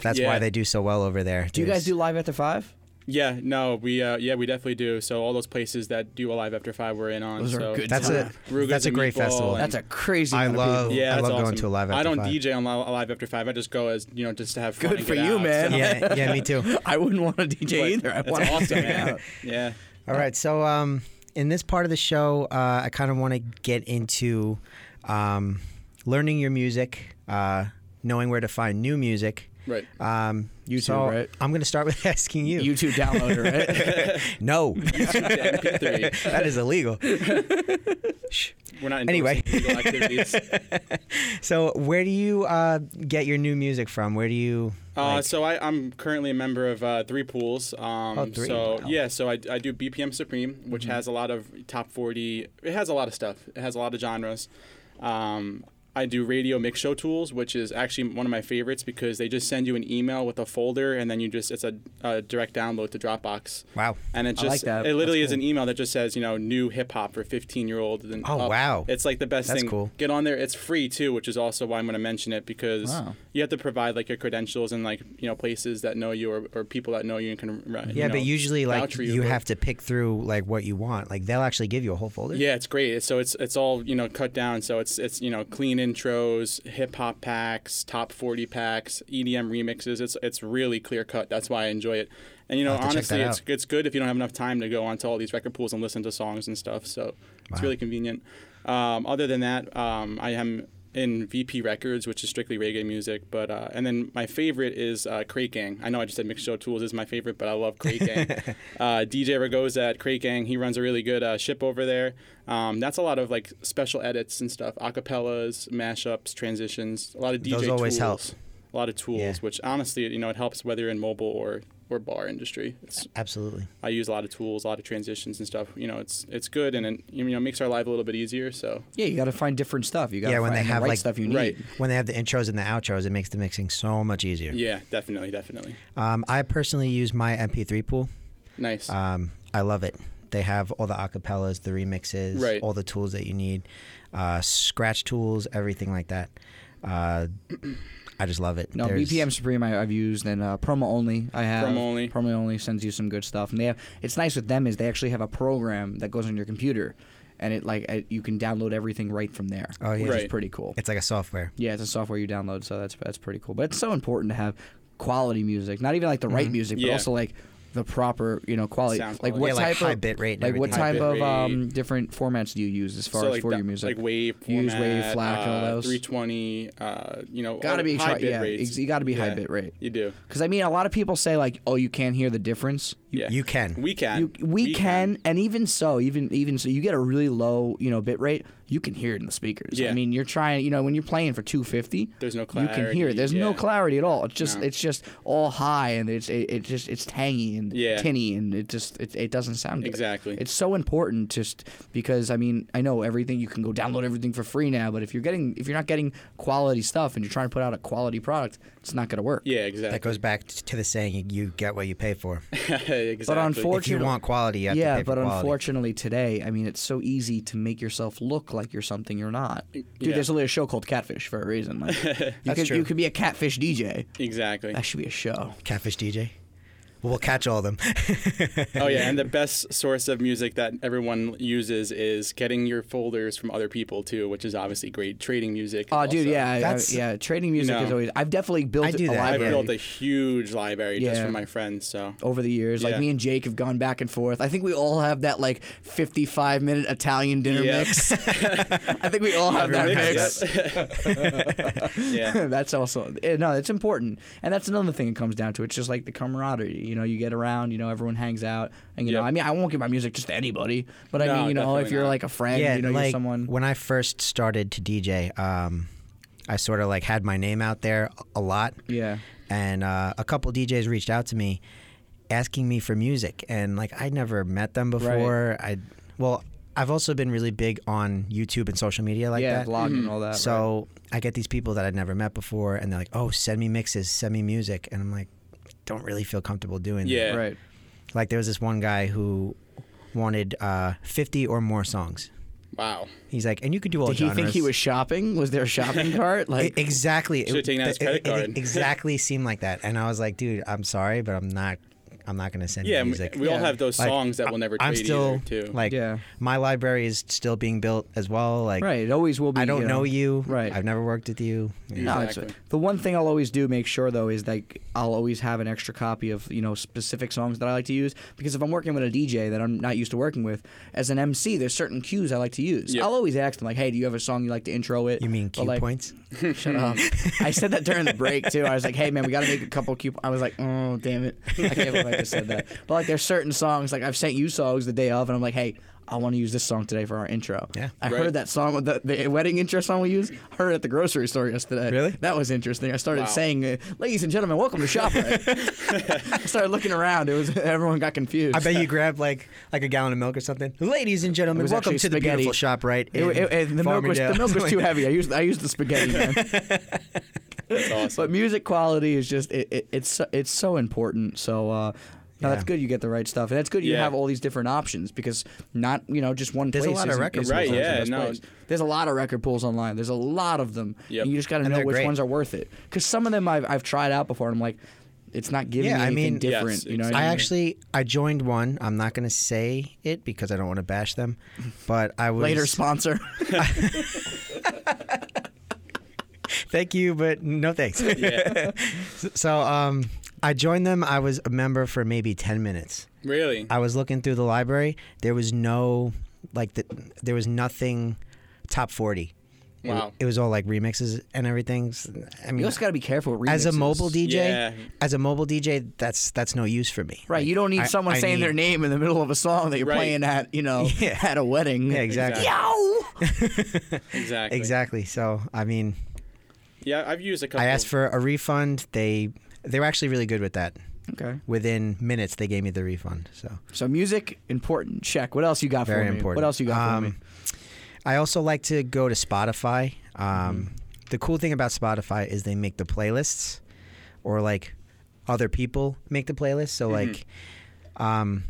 that's
Yeah.
why they do so well over there.
Do you guys
There's-
do live after five?
Yeah, no, we uh, yeah we definitely do. So all those places that do Alive After Five, we're in on.
Those are
so
good
That's a
Rugas
that's a
and
great
Meatball
festival.
and-
That's a crazy.
I
amount of
love-
people.
I
Yeah, that's
love going
awesome.
to Alive
I
After
don't
Five.
DJ on Li- Alive After Five. I just go as you know, just to have fun.
Good
and
for
get
you,
out,
man.
so-
yeah, yeah, me too.
I wouldn't want to DJ
But
either. I
that's
want
awesome,
to hang
man.
out.
yeah.
All right, so um, in this part of the show, uh, I kind of want to get into um, learning your music, uh, knowing where to find new music.
Right.
Um,
YouTube,
so
right?
I'm going to start with asking you.
YouTube downloader, right?
no,
MP3.
that is illegal. Shh.
We're not endorsing
Anyway.
illegal activities.
So where do you uh, get your new music from? Where do you?
Uh,
like-
so I, I'm currently a member of uh, Three Pools. Um,
Oh, Three,
So
wow. Mm-hmm.
yeah, so I, I do BPM Supreme, which has a lot of top 40. It has a lot of stuff. It has a lot of genres. Um, I do radio mix show tools, which is actually one of my favorites because they just send you an email with a folder, and then you just it's a, a direct download to Dropbox.
wow.
And it
I
just
like that.
it literally
That's
is an email that just says, you know, new hip hop for 15 year old and
Oh,
up.
wow.
It's like the best
That's
thing.
cool.
Get on there. It's free too, which is also why I'm going to mention it because
Wow.
you have to provide like your credentials and like, you know, places that know you or, or people that know you and can uh,
Yeah,
you know,
but usually like
vouch for
you,
you, but-
have to pick through like what you want. Like they'll actually give you a whole folder.
Yeah, it's great. So it's it's all, you know, cut down. So it's it's, you know, clean intros, hip hop packs, top 40 packs, EDM remixes. It's it's really clear cut. That's why I enjoy it. And you know,
I'll have to check
honestly,
that
it's
out.
it's good if you don't have enough time to go onto all these record pools and listen to songs and stuff. So it's
Wow.
really convenient. Um, other than that, um, I am in VP Records, which is strictly reggae music. But uh, and then my favorite is uh, Crate Gang. I know I just said Mixed Show Tools is my favorite, but I love Crate Gang. uh, DJ Ragoza at Crate Gang, he runs a really good uh, ship over there. Um, that's a lot of like special edits and stuff, acapellas, mashups, transitions, a lot of DJ
Those always help.
tools, a lot of tools,
Yeah.
which honestly, you know, it helps whether you're in mobile or or bar industry. It's
Absolutely.
I use a lot of tools, a lot of transitions and stuff. You know, it's it's good and it you know makes our life a little bit easier. So
yeah, you got to find different stuff. You got to
Yeah,
find
when they
the
have,
right
like-
stuff you need.
Right.
When they have the intros and the outros, it makes the mixing so much easier.
yeah, definitely, definitely,
Um, I personally use my MP3 pool.
nice.
Uh,
Um, I love it. They have all the acapellas, the remixes,
Right.
all the tools that you need, uh, scratch tools, everything like that. Uh, I just love it.
No,
There's-
BPM Supreme I, I've used and uh, promo only I have.
Promo Only.
Promo only sends you some good stuff, and they have. It's nice with them is they actually have a program that goes on your computer, and it like it, you can download everything right from there.
Oh, yeah.
which is
Right.
pretty cool.
It's like a software.
yeah, it's a software you download, so that's that's pretty cool. But it's so important to have quality music, not even like the right music, but
Mm-hmm. Yeah.
also like the proper you know quality.
Sound
like
quality.
what
Yeah, like
type
high
of
bit rate and
like what
everything. High
type
bit
of um,
rate.
different formats do you use as far
so
as
like
for
that-
your music?
like wave, format,
You use wave, FLAC, all
uh,
those?
320. Uh, you know,
Gotta
all
be
high
tri-
bit
yeah,
rates.
ex- you gotta be high bit rate.
You do.
Because I mean, a lot of people say like, "Oh, you can't hear the difference."
Yeah,
You can.
We can.
You, we, can, and even so, even even so, you get a really low, you know, bit rate. You can hear it in the speakers. I
Yeah.
mean, you're trying, you know, when you're playing for 250,
There's no
You can hear
clarity,
it. There's no
yeah.
clarity at all. It's just
No.
it's just all high, and it's it, it just it's tangy and
Yeah.
tinny, and it just it, it doesn't sound good.
Exactly.
It's so important, just because I mean, I know everything. You can go download everything for free now, but if you're getting if you're not getting quality stuff and you're trying to put out a quality product, it's not gonna work.
Yeah, exactly.
That goes back to the saying, you get what you pay for.
exactly.
If
But
you
unfortunately,
want quality, you have
yeah,
to pay
but
for quality.
unfortunately today, I mean, it's so easy to make yourself look like you're something you're not. Dude, there's literally a show called Catfish for a reason. Like, you could you
true.
could be a catfish DJ.
exactly.
That should be a show.
Catfish DJ. We'll catch all of them.
Oh yeah, and the best source of music that everyone uses is getting your folders from other people too, which is obviously great. Trading music.
Oh, dude,
also.
yeah, I- I-
That's-
yeah. Trading music
No.
is always. I've definitely built.
I do
A
that.
I've
library
built a huge library just
Yeah.
from my friends. So
Oh,
over the years, like
Yeah.
me and Jake have gone back and forth. I think we all have that like 55 minute Italian dinner
Yeah.
mix. I think we all have that
Everyone
mix.
has
yeah.
that's also eh, no, it's important, and that's another thing it comes down to. It's just like the camaraderie. You know, you get around. You know, everyone hangs out, and you know,
Yep.
I mean, I won't give my music just to anybody, but I
No,
mean, you know, if
definitely
you're
not.
like a friend,
yeah,
you know,
like
you're someone.
when I first started to DJ, um, I sort of like had my name out there a lot.
Yeah.
and uh, a couple DJs reached out to me asking me for music, and like I never met them before. I well, I've also been really big on YouTube and social media like
yeah,
that.
Mm-hmm.
vlogging and all
Uh,
that. right.
So I get these people that I'd never met before, and they're like, "Oh, send me mixes, send me music," and I'm like, "Don't really feel comfortable doing
Yeah.
that."
right,
Like there was this one guy who wanted uh, 50 or more songs.
Wow.
He's like, and you could do all
Did he think
genres."
he was shopping? Was there a shopping cart?
I-
Like,
exactly.
Should've taken out his credit card.
exactly seemed like that, and I was like, dude, I'm sorry, but I'm not. I'm not gonna send you
Yeah, and we-
music.
we all
Yeah.
have those
Like,
songs that we'll never
I'm
trade
still
either, too.
like,
Yeah.
my library is still being built as well. Like,
right? It always will be.
I don't
you
know you.
Right.
I've never worked with you. Yeah.
No, it's,
Exactly.
the one thing I'll always do make sure though is like I'll always have an extra copy of you know specific songs that I like to use because if I'm working with a DJ that I'm not used to working with as an MC, there's certain cues I like to use.
Yep.
I'll always ask them like, "Hey, do you have a song you like to intro it?"
You mean
But,
cue
like,
points?
Shut up. I said that during the break too. I was like, "Hey man, we got to make a couple cue." I was like, "Oh damn it, I can't believe I just said that." But like, there's certain songs like I've sent you songs the day of, and I'm like, "Hey." I want to use this song today for our intro.
Yeah.
I
Right.
heard that song, the, the wedding intro song we use. I heard it at the grocery store yesterday.
Really?
That was interesting. I started
Wow.
saying, uh, "Ladies and gentlemen, welcome to ShopRite." I started looking around. It was everyone got confused.
I bet you grabbed like like a gallon of milk or something. Ladies and
It
gentlemen,
was
welcome
actually
to the
spaghetti.
beautiful shop, right?
It- it- and the milk was the milk was too heavy. I used I used the spaghetti. Man.
That's awesome.
But music quality is just it, it, it's so- it's so important. So uh, no, that's
Yeah.
good. You get the right stuff, and that's good. You
Yeah.
have all these different options because not you know just one
There's a
place.
lot of
isn't-
record
isn't
pools.
always
Right,
the
yeah,
best
no.
place. There's a lot of record pools online. There's a lot of them.
Yep.
And you just got to
And
know
they're
which
great.
ones are worth it because some of them I've I've tried out before. and I'm like, it's not giving
Yeah,
me
I
anything
mean-
different.
Yes,
you know, what
I
I mean?
actually I joined one. I'm not gonna say it because I don't want to bash them, but I was
later sponsor.
Thank you, but no thanks.
yeah.
so um, I joined them. I was a member for maybe ten minutes.
Really?
I was looking through the library. There was no like the, there was nothing top forty. It-
Wow.
It, was all like remixes and everything. S- I
you
mean,
also got to be careful. With
as a
remixes.
mobile DJ,
Yeah.
as a mobile DJ, that's that's no use for me.
Right, you don't need
I-
someone
I
saying
need-
their name in the middle of a song that you're
Right.
playing at, you know,
Yeah.
at a wedding.
Yeah, exactly.
Yo!
Exactly.
Exactly. So I mean,
Yeah, I've used a couple.
I asked for a refund. They they were actually really good with that.
Okay.
Within minutes, they gave me the refund. So
So music important. Check. What else you got
very
for me?
important.
What else you got
Um,
for me?
I also like to go to Spotify. Um, The cool thing about Spotify is they make the playlists, or like other people make the playlists. So
Mm-hmm.
like, um,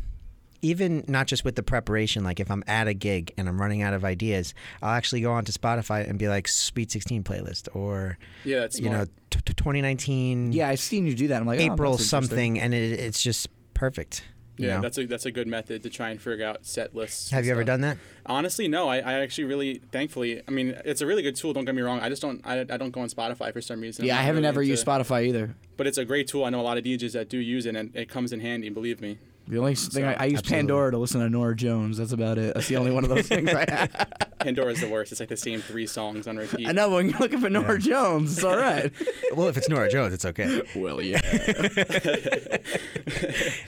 even not just with the preparation. Like if I'm at a gig and I'm running out of ideas, I'll actually go onto Spotify and be like Sweet Sixteen playlist, or
Yeah, that's
you know,
smart.
t- t- 2019
Yeah, I've seen you do that. I'm like, oh,
April
that's interesting.
something, and it, it's just perfect. you
Yeah,
know?
that's a that's a good method to try and figure out set lists. and
Have you ever
stuff.
done that?
Honestly, no. I, I actually really thankfully. I mean, it's a really good tool. Don't get me wrong. I just don't. I, I don't go on Spotify for some reason.
Yeah,
I'm
I
not
haven't
really
ever
into-
used Spotify either.
But it's a great tool. I know a lot of DJs that do use it, and it comes in handy. Believe me.
The only thing I, I use
absolutely.
Pandora to listen to Nora Jones. That's about it. That's the only one of those things I have.
Pandora's the worst. It's like the same three songs on repeat.
I know when you're looking for Nora Jones, it's all right.
Well, if it's Nora Jones, it's okay.
well, yeah.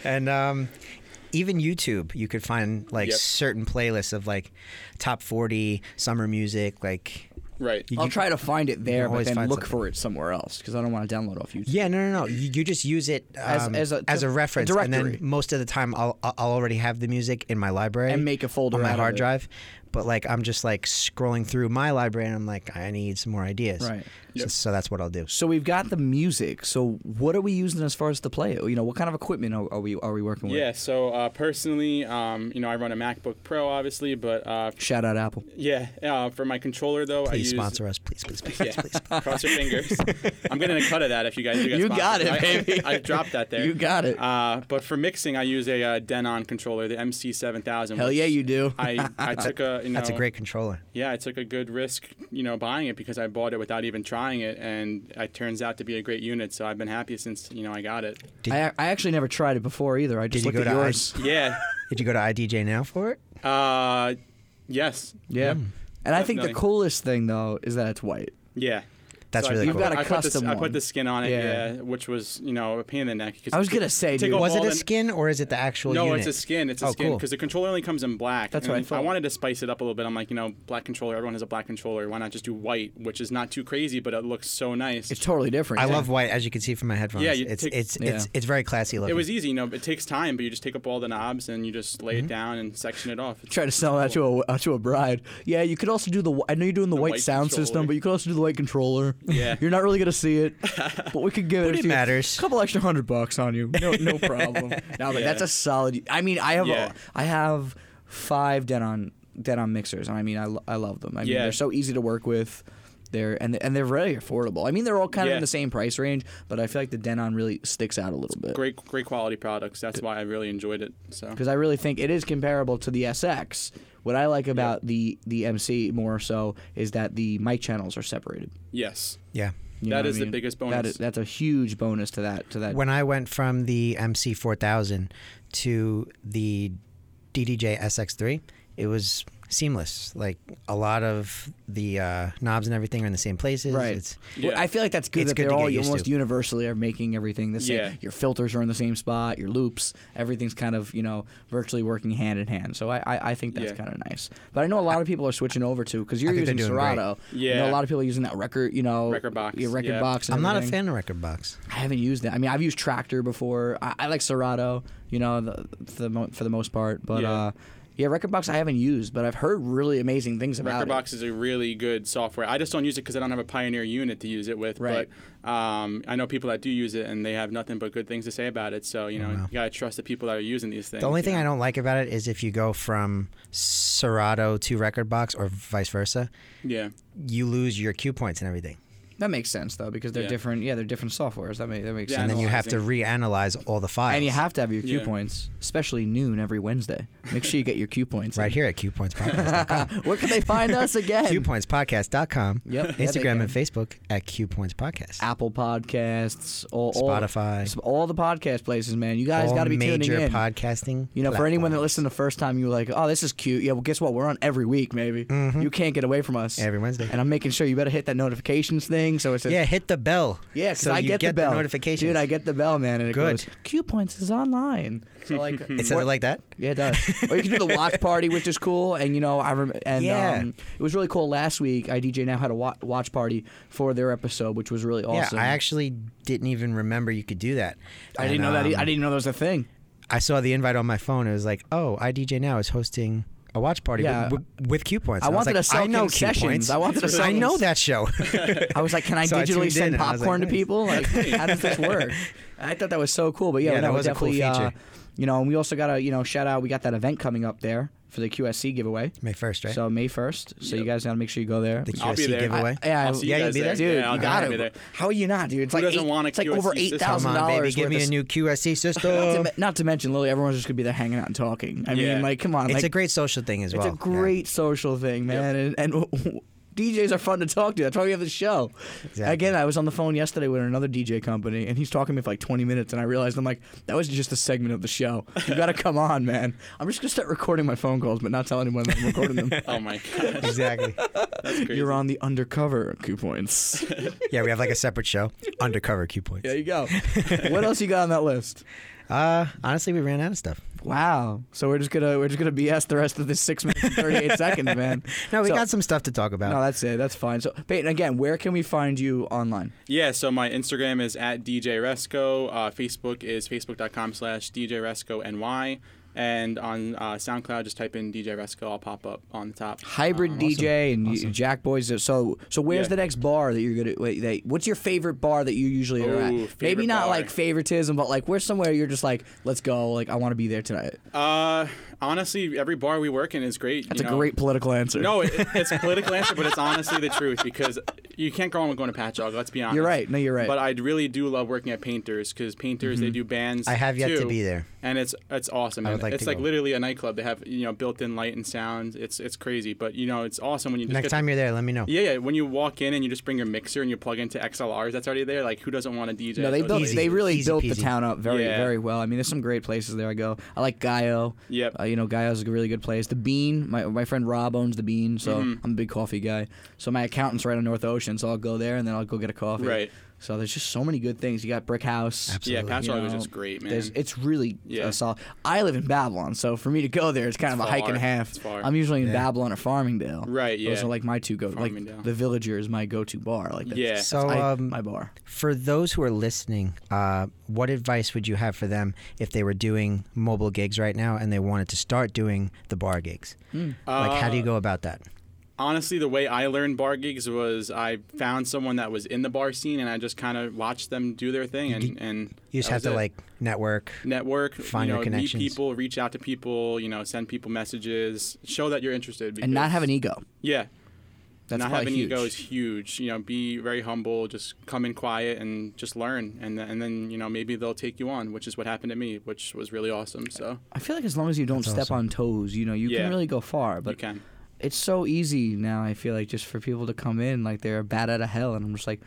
And um, even YouTube, you could find like
Yep.
certain playlists of like top 40 summer music. Like,
Right.
you,
I'll try to find it there, but
always
then
find
look
something.
for it somewhere else because I don't want to download off YouTube.
yeah, no, no, no. You, you just use it
As-
um,
as
as,
a-
a,
a
reference, and then
directory.
most of the time, I'll I'll already have the music in my library
And make a folder
on my
out of
hard
it.
drive. But like, I'm just like scrolling through my library, and I'm like, I need some more ideas.
Right.
So, so that's what I'll do.
So we've got the music. So what are we using as far as to play it? You know, what kind of equipment are, are we are we working with?
Yeah. So uh, personally, um, you know, I run a MacBook Pro, obviously, but uh,
Shout out Apple.
yeah, uh, for my controller though, I
Please
use.
sponsor us, please, please, please,
Yeah,
please. please.
cross your fingers. I'm getting a cut of that if you guys. You, guys
You
sponsor
got
me.
it,
I-
baby.
I, dropped that there.
You got it.
Uh, but for mixing, I use a uh, Denon controller, the MC7000.
Hell
which
yeah, you do.
I, I took a you know,
That's a great controller.
yeah I took a good risk you know buying it because I bought it without even trying it and it turns out to be a great unit so I've been happy since you know I got it
Did-
I, I actually never tried it before either. I just
Did you
looked
go
at
to
yours.
yeah
Did you go to IDJ now for it?
uh yes
yeah.
Hmm.
And I think the
Definitely.
coolest thing though is that it's white.
yeah
That's
So
really
I,
cool.
I,
You've
got a
I put, this,
custom
I put
one.
the skin on it,
Yeah.
yeah. which was you know a pain in the neck. 'cause
I was
you could
gonna say,
take
dude.
off
Was
all
it a
the-
skin or is it the actual
No,
unit?
it's a skin. It's a
Oh,
skin
cool.
because the controller only comes in black.
That's
and
what I thought.
wanted to spice it up a little bit. I'm like, you know, black controller. Everyone has a black controller. Why not just do white, which is not too crazy, but it looks so nice.
It's totally different.
I
yeah.
love white, as you can see from my headphones.
Yeah, you
it's
take-
it's
Yeah.
it's it's very classy looking.
it was easy, you know. It takes time, but you just take up all the knobs and you just lay
Mm-hmm.
it down and section it off. It's
Try to sell that to a uh, to a bride. Yeah, you could also do the. wh- I know you're doing the, white,
white
sound
controller.
system, but you could also do the white controller.
Yeah.
You're not really gonna see it, but we could give
But
it.
it
to you.
matters.
A couple extra hundred bucks on you. No, no problem. no, but
Yeah.
that's a solid. I mean, I have
Yeah.
a, I have five Denon Denon mixers, and I mean, I, lo- I love them. I mean,
Yeah.
they're so easy to work with. They're and and they're very affordable. I mean, they're all kind of
Yeah.
in the same price range, but I feel like the Denon really sticks out a little bit.
Great, great quality products. That's why I really enjoyed it. So
because I really think it is comparable to the SX. What I like about the the MC more so is that the mic channels are separated.
yes,
Yeah.
You
That
know what
is
I
the
mean?
biggest
That
bonus.
is- that's a huge bonus to that to that.
When I went from the MC4000 to the DDJ SX3, it was seamless. Like a lot of the uh, knobs and everything are in the same places.
Right.
It's,
Well,
Yeah.
I feel like that's good
It's
that
good
they're
to get
all
used
almost
to.
universally are making everything the same.
Yeah.
Your filters are in the same spot. Your loops, everything's kind of you know virtually working hand in hand. So I I, I think that's
Yeah.
kind of nice. But I know a lot of people are switching over to because you're
I think they're
using
doing great.
Serato. I know
Yeah.
a lot of people are using that record you know
Record box,
Your record
yeah.
box. and
I'm not a
everything.
fan of record box.
I haven't used it. I mean, I've used Tractor before. I, I like Serato, you know, the, for, the mo- for the most part. But yeah.
Yeah.
Uh, yeah, Record Box I haven't used, but I've heard really amazing things about
Record
it.
Box is a really good software. I just don't use it because I don't have a Pioneer unit to use it with.
Right.
But um, I know people that do use it, and they have nothing but good things to say about it. So you know, you gotta trust the people that are using these things.
The only
you
thing
know?
I don't like about it is if you go from Serato to record box or vice versa,
Yeah.
you lose your cue points and everything.
That makes sense though, because they're
Yeah.
different. Yeah, they're different softwares. That, make, that makes
Yeah,
And
sense.
then you have to reanalyze all the files.
And you have to have your cue
Yeah.
points, especially noon every Wednesday. Make sure you get your cue points.
right here at QPointsPodcast.
Where can they find us again?
QPointsPodcast.com.
Yep, yeah, they
Instagram and
can.
Facebook at QPoints Podcast.
Apple Podcasts, all, all-
Spotify.
all the podcast places, man. You guys
all
got to be tuning
major
in.
podcasting.
You know, for anyone that
platforms.
listened the first time, you were like, "Oh, this is cute." Yeah, well, guess what? We're on every week, maybe. You can't get away from us
Mm-hmm. Every Wednesday.
And I'm making sure you better hit that notifications thing, so it's
Yeah, hit the bell.
yeah. 'cause
so
I
you
get, the bell
notifications.
dude. I get the bell, man, and it
Good.
goes. Q points is online. So like,
It says it like that.
yeah, it does. or you can do the watch party, which is cool. And you know, I rem- and
Yeah.
um, it was really cool. Last week, I DJ now had a wa- watch party for their episode, which was really awesome.
Yeah, I actually didn't even remember you could do that.
I didn't
And,
know that. e-
um,
I didn't know that was a thing.
I saw the invite on my phone. It was like, oh, IDJ now is hosting a watch party
Yeah.
with, with, with Q points.
I
And was
wanted
like,
to sell
I know
King
Q
Sessions.
points.
I wanted to sell
I
King-
know that show.
I was like, can I
So I
digitally
tuned
send
in and I was like,
popcorn to
nice.
people? Like, how does this work? I thought that was so cool. But yeah,
Yeah,
no,
that was a cool
definitely, uh,
feature.
you know, and we also got a you know shout out. We got that event coming up there for the QSC giveaway.
May first, right?
So May first. So you
Yep.
guys gotta make sure you go there.
the
I'll be
QSC
there.
giveaway.
I- yeah,
I'll see
yeah,
you
you'll
guys
be there.
there.
Dude,
yeah, I'll
you
definitely
got
be
it.
there.
How are you not, dude? It's like
doesn't
eight,
want a
it's like
QSC
over eight
system?
Come
thousand
on, baby,
dollars.
give me a new QSC
Not to,
system.
me- not to mention, Lily, everyone's just gonna be there hanging out and talking. I
Yeah.
mean, like, come on,
It's
like,
a great social thing as well.
It's a great social thing, man. And, and DJs are fun to talk to. That's why we have the show.
Exactly.
Again, I was on the phone yesterday with another DJ company, and he's talking to me for like 20 minutes, and I realized I'm like, that was just a segment of the show. You got to come on, man. I'm just gonna start recording my phone calls, but not tell anyone that I'm recording them.
Oh my god,
Yeah. Exactly.
that's crazy.
You're on the undercover Q points.
yeah, we have like a separate show, undercover Q points.
there you go. what else you got on that list?
Uh, honestly, we ran out of stuff.
Wow. So we're just gonna we're just gonna BS the rest of this six minutes and 38 seconds, man.
No, we
So-
got some stuff to talk about.
No, that's it. That's fine. So, Peyton, again, where can we find you online?
Yeah, so my Instagram is at DJ Resco. Uh, Facebook is facebook.com slash DJ Resco NY. And on uh, SoundCloud, just type in DJ Resco. I'll pop up on the top.
hybrid
Um,
DJ and you Jack Boys. So so where's
Yeah.
the next bar that you're gonna? Wait, that, what's your favorite bar that you usually are
Ooh,
at? Maybe
favorite
not
bar.
like favoritism, but like where's somewhere you're just like, let's go. Like I want to be there tonight.
Uh, honestly, every bar we work in is great.
That's
you
a
know.
great political answer.
No, it, it's a political answer, but it's honestly the truth because you can't go on with going to Patchogue. Let's be honest.
You're right. No, you're right.
But I really do love working at Painters because Painters they do bands.
I have yet to
too,
be there.
and it's it's awesome.
I would
And
like
it's
to
like
go.
literally a nightclub. They have you know built-in light and sound. It's it's crazy, but you know it's awesome when you just
Next
get
time you're there, let me know.
Yeah, yeah. When you walk in and you just bring your mixer and you plug into XLRs, that's already there. Like, who doesn't want a DJ?
no,
at
they
those
built.
places?
They really
Easy
built the
peasy.
town up very,
Yeah.
very well. I mean, there's some great places there. I go. I like Gaio.
Yep.
Uh, you know, Gaio's a really good place. The Bean. My my friend Rob owns the Bean, so
Mm-hmm.
I'm a big coffee guy. So my accountant's right on North Ocean, so I'll go there and then I'll go get a coffee.
Right.
So there's just so many good things. You got Brick House.
Yeah,
Absolutely.
Patchogue is
know,
just great, man.
there's- It's really yeah.
Yeah.
uh, solid. I live in Babylon, so for me to go there, it's kind of a hike and a
far.
half.
It's far.
I'm usually in Babylon or Farmingdale.
Right,
Those
yeah.
are like my two go. Like
Farmingdale.
the Villager is my go-to bar. Like that's,
Yeah.
that's
So,
I-
um,
my bar.
For those who are listening, uh, what advice would you have for them if they were doing
Hmm. Uh,
mobile gigs right now and they wanted to start doing the bar gigs? Like, how do you go about that?
honestly, the way I learned bar gigs was I found someone that was in the bar scene and I just kind of watched them do their thing and and
You just
that
have to
was it.
like network.
network,
find
you
your
know,
connections.
meet people, reach out to people, you know, send people messages, show that you're interested,
and not
because-
have an ego.
yeah,
That's
not
probably
having
huge.
ego is huge. You know, be very humble. Just come in quiet and just learn, and th- and then you know maybe they'll take you on, which is what happened to me, which was really awesome. So
I feel like as long as you don't
That's
step
awesome.
on toes, you know, you
Yeah.
can really go far.
you
But
can.
it's so easy now. I feel like just for people to come in like they're bad out of hell, and I'm just like,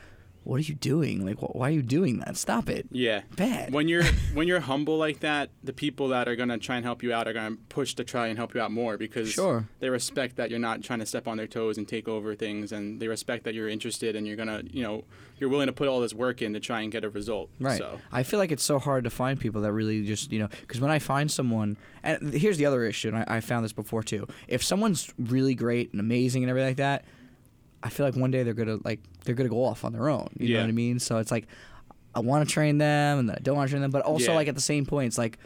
what are you doing? Like, wh- why are you doing that? Stop it.
Yeah.
Bad.
When you're when you're humble like that, the people that are gonna try and help you out are gonna push to try and help you out more because
Sure.
they respect that you're not trying to step on their toes and take over things, and they respect that you're interested and you're gonna you know you're willing to put all this work in to try and get a result.
Right.
So
I feel like it's so hard to find people that really just, you know, because when I find someone, and th- here's the other issue, and I, I found this before too. If someone's really great and amazing and everything like that, I feel like one day they're gonna like they're gonna go off on their own. You
Yeah.
know what I mean? So it's like I want to train them, and then I don't want to train them, but also
Yeah.
like at the same point, it's like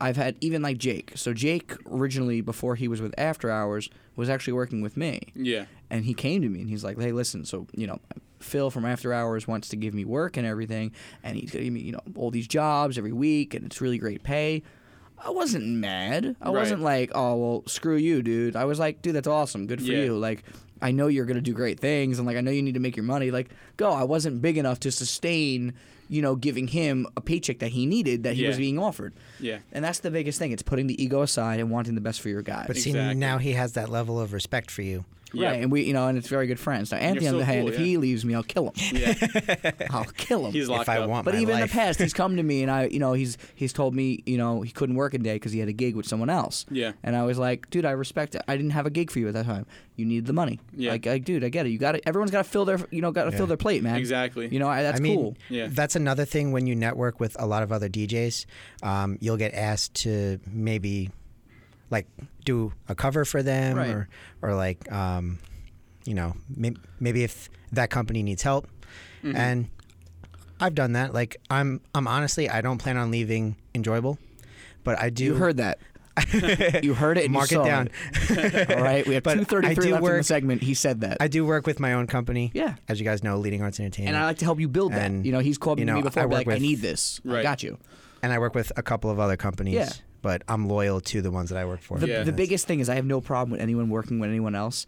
I've had even like Jake. So Jake originally before he was with After Hours was actually working with me
yeah,
and he came to me and he's like, "Hey, listen, so you know, Phil from After Hours wants to give me work and everything, and he's giving me you know all these jobs every week, and it's really great pay." I wasn't mad. I
Right.
wasn't like, "Oh well, screw you, dude." I was like, "Dude, that's awesome. Good for
Yeah.
you." Like, I know you're gonna do great things, and like I know you need to make your money. Like, go. I wasn't big enough to sustain, you know, giving him a paycheck that he needed that he
Yeah.
was being offered.
yeah,
And that's the biggest thing. It's putting the ego aside and wanting the best for your guy.
But see,
Exactly.
now he has that level of respect for you.
yeah.
Right, and we, you know, and it's very good friends. Now, Anthony, on
so
the hand,
cool,
if
yeah.
he leaves me, I'll kill him.
yeah.
I'll kill him.
He's locked
if I
up.
want
but
my
even in the
life.
past, he's come to me, and I, you know, he's he's told me, you know, he couldn't work a day because he had a gig with someone else.
Yeah.
And I was like, dude, I respect. it. I didn't have a gig for you at that time. You need the money.
Yeah.
Like, like dude, I get it. You got to Everyone's got to fill their, you know, got to
Yeah.
fill their plate, man.
Exactly.
You know, I, that's
I mean,
cool.
Yeah.
that's another thing when you network with a lot of other DJs. Um, you'll get asked to maybe like do a cover for them
Right.
or, or like, um, you know, may- maybe if that company needs help.
Mm-hmm.
And I've done that. Like I'm, I'm honestly, I don't plan on leaving enjoyable, but I do.
You heard that. you heard it. And
Mark
you
it
saw
down.
it. All right, we have
But I
two thirty-three
do
left in the
work-
segment. He said that.
I do work with my own company.
Yeah.
As you guys know, Leading Arts Entertainment.
and I like to help you build that.
And,
you know, he's called
you
me
know,
before.
I
be
work
like, I
with-
need this. I
Right.
got you.
and I work with a couple of other companies.
Yeah.
But I'm loyal to the ones that I work for.
The,
Yeah.
the biggest thing is I have no problem with anyone working with anyone else,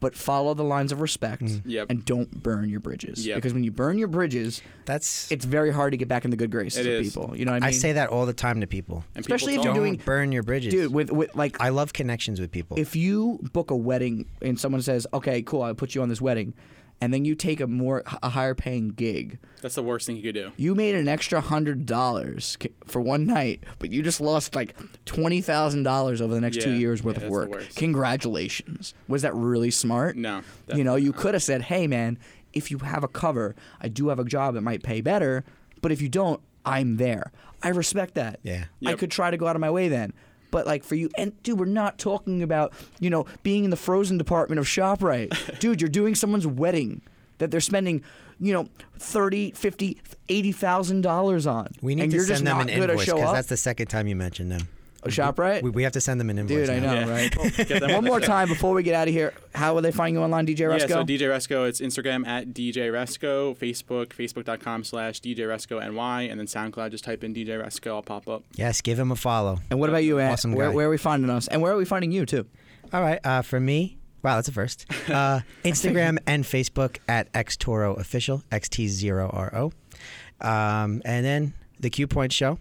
but follow the lines of respect
Mm-hmm. Yep.
and don't burn your bridges.
Yep.
Because when you burn your bridges,
That's
it's very hard to get back in the good graces
It
of
is.
people. You know what I mean?
I say that all the time to people.
And people
Especially if you're
tell
Don't
them.
doing-
burn your bridges,
dude, with with like
I love connections with people.
if you book a wedding and someone says, "Okay, cool, I'll put you on this wedding," and then you take a more a higher paying gig,
That's the worst thing you could do.
you made an extra hundred dollars c- for one night, but you just lost like twenty thousand dollars over the next two
Yeah.
years worth
Yeah,
of
that's
work.
the worst.
Congratulations. Was that really smart?
No,
You know,
definitely
Oh, you could have said, "Hey, man, if you have a cover, I do have a job that might pay better, but if you don't, I'm there. I respect that.
Yeah.
I
Yep.
could try to go out of my way then." But like for you, and dude, we're not talking about you know being in the frozen department of Shoprite, dude. You're doing someone's wedding that they're spending, you know, thirty, fifty, eighty thousand dollars on.
we need
and
to
you're just
send them
not
an
gonna
invoice
show
because
up.
that's the second time you mentioned them.
a Shoprite.
We, we have to send them an invoice.
Dude, I
now.
know,
Yeah.
right?
Get them
One
on
more
the-
time before we get out of here. How will they find you online, DJ Resco?
Yeah, so DJ Resco, it's Instagram at DJ Resco, Facebook, facebook.com slash DJ Resco NY, and then SoundCloud, just type in DJ Resco, I'll pop up.
Yes, give him a follow.
And what about you, Ant?
Awesome
where,
guy.
where are we finding us? And where are we finding you too?
All right, uh, for me, wow, that's a first. Uh, Instagram and Facebook at xtoro official, xt0ro, um, and then the Q Points show.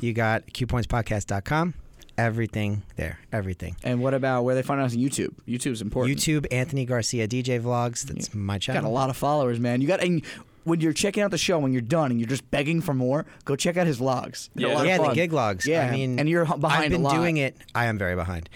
You got qpointspodcast.com. Everything there, everything.
And what about where they find us on YouTube? YouTube's important.
YouTube, Anthony Garcia DJ vlogs. That's my
You
channel.
got a lot of followers, man. You got and when you're checking out the show, when you're done and you're just begging for more, go check out his logs. They're a
Yeah.
lot of
yeah, the
fun.
gig logs.
Yeah,
I mean,
and you're h- behind
I've been
a lot.
doing it. I am very behind.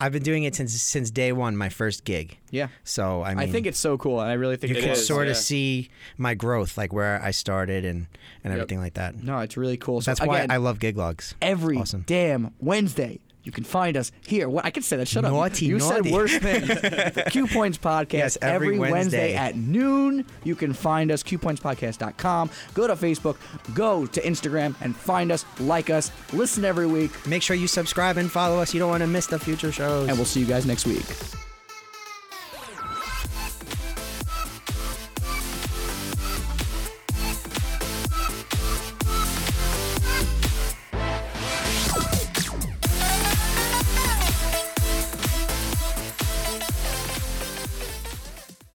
I've been doing it since since day one, my first gig.
Yeah.
So I mean,
I think it's so cool. and I really think
you
It
it's
can
is,
sort
yeah.
of see my growth, like where I started and and
Yep.
everything like that.
No, it's really cool. So
That's
again,
why I love gig logs.
every
Awesome.
damn Wednesday. You can find us here. What I can say that. Shut up.
Naughty,
you
naughty.
said worse things. The Q Points podcast
Yes, every Wednesday.
at noon. You can find us qpointspodcast.com. Go to Facebook, go to Instagram, and find us, like us, listen every week,
Make sure you subscribe and follow us. You don't want to miss the future shows.
and we'll see you guys next week.